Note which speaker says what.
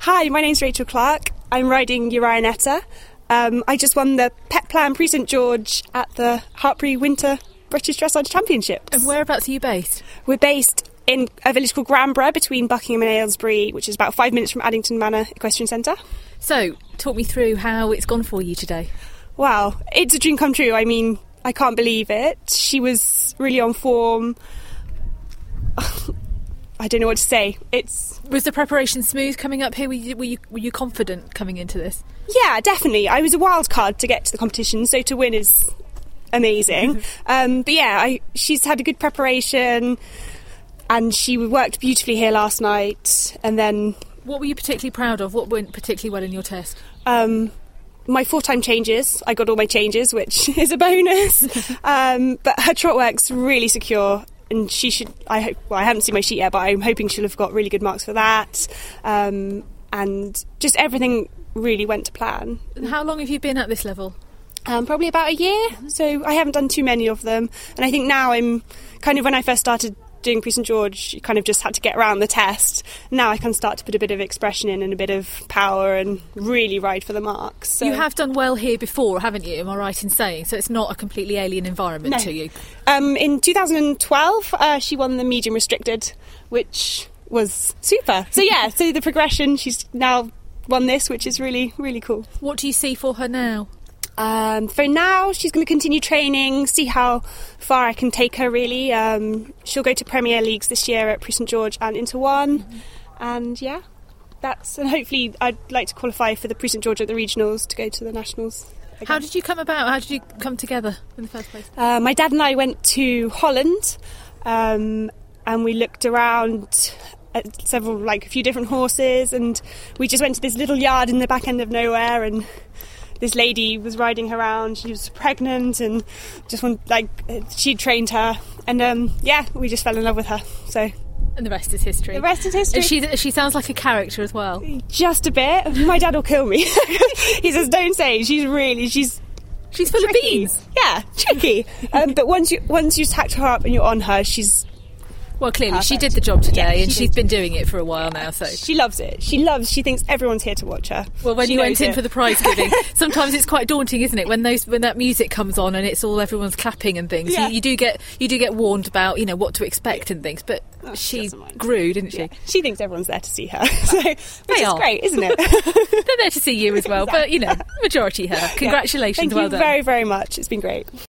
Speaker 1: Hi, my name's Rachel Clark. I'm riding Eurionetta. Um, I just won the Pet Plan Pre St George at the Hartbury Winter British Dressage Championships.
Speaker 2: And whereabouts are you based?
Speaker 1: We're based in a village called Granborough between Buckingham and Aylesbury, which is about five minutes from Addington Manor Equestrian Centre.
Speaker 2: So, talk me through how it's gone for you today.
Speaker 1: Wow, it's a dream come true. I mean, I can't believe it. She was really on form. I don't know what to say. It's
Speaker 2: Was the preparation smooth coming up here? Were you, were you, were you confident coming into this?
Speaker 1: Yeah, definitely. I was a wild card to get to the competition, so to win is amazing. um, but yeah, I, she's had a good preparation, and she worked beautifully here last night. And then
Speaker 2: What were you particularly proud of? What went particularly well in your test?
Speaker 1: um, my four time changes, I got all my changes, which is a bonus. um, but her trot work's really secure. And she should, I hope, well, I haven't seen my sheet yet, but I'm hoping she'll have got really good marks for that. Um, and just everything really went to plan.
Speaker 2: And how long have you been at this level?
Speaker 1: um, probably about a year. So I haven't done too many of them, and I think now I'm kind of when I first started doing pre St George, you kind of just had to get around the test. Now I can start to put a bit of expression in and a bit of power and really ride for the marks. So.
Speaker 2: You have done well here before, haven't you? Am I right in saying? So it's not a completely alien environment
Speaker 1: No.
Speaker 2: to you.
Speaker 1: Um, in 2012, uh, she won the medium restricted, which was super. So yeah, so the progression, she's now won this, which is really really cool.
Speaker 2: What do you see for her now?
Speaker 1: Um, for now, she's going to continue training, see how far I can take her, really. Um, she'll go to Premier Leagues this year at Pre St George and Inter One. And yeah, that's. And hopefully, I'd like to qualify for the Pre St George at the regionals to go to the nationals. again.
Speaker 2: How did you come about? How did you come together in the first place?
Speaker 1: Uh, my dad and I went to Holland, um, and we looked around at several, like a few different horses, and we just went to this little yard in the back end of nowhere, and this lady was riding her around. She was pregnant, and just one like uh, she'd trained her, and um, yeah, we just fell in love with her. So
Speaker 2: And the rest is history.
Speaker 1: the rest is history.
Speaker 2: And she she sounds like a character as well.
Speaker 1: just a bit. My dad will kill me. he says, "Don't say." She's really she's
Speaker 2: She's full of
Speaker 1: tricky.
Speaker 2: beans.
Speaker 1: Yeah, tricky. um, but once you once you tacked her up and you're on her, she's
Speaker 2: Well, clearly she did
Speaker 1: Perfect.
Speaker 2: the job today,
Speaker 1: Yeah, she
Speaker 2: and
Speaker 1: did.
Speaker 2: she's been doing it for a while now. So,
Speaker 1: She loves it. She loves. She thinks everyone's here to watch her.
Speaker 2: well, when
Speaker 1: She
Speaker 2: you
Speaker 1: knows
Speaker 2: went in
Speaker 1: it.
Speaker 2: for the prize giving, sometimes it's quite daunting, isn't it? When those when that music comes on and it's all everyone's clapping and things,
Speaker 1: Yeah.
Speaker 2: you, you do get you do get warned about you know what to expect and things. But
Speaker 1: Oh, she
Speaker 2: she
Speaker 1: doesn't mind.
Speaker 2: grew, didn't she?
Speaker 1: Yeah, she thinks everyone's there to see her. So which
Speaker 2: They
Speaker 1: is
Speaker 2: are.
Speaker 1: great, isn't it?
Speaker 2: They're there to see you as well, but you know, majority her. Congratulations,
Speaker 1: Thank
Speaker 2: well
Speaker 1: you
Speaker 2: done.
Speaker 1: very very much. It's been great.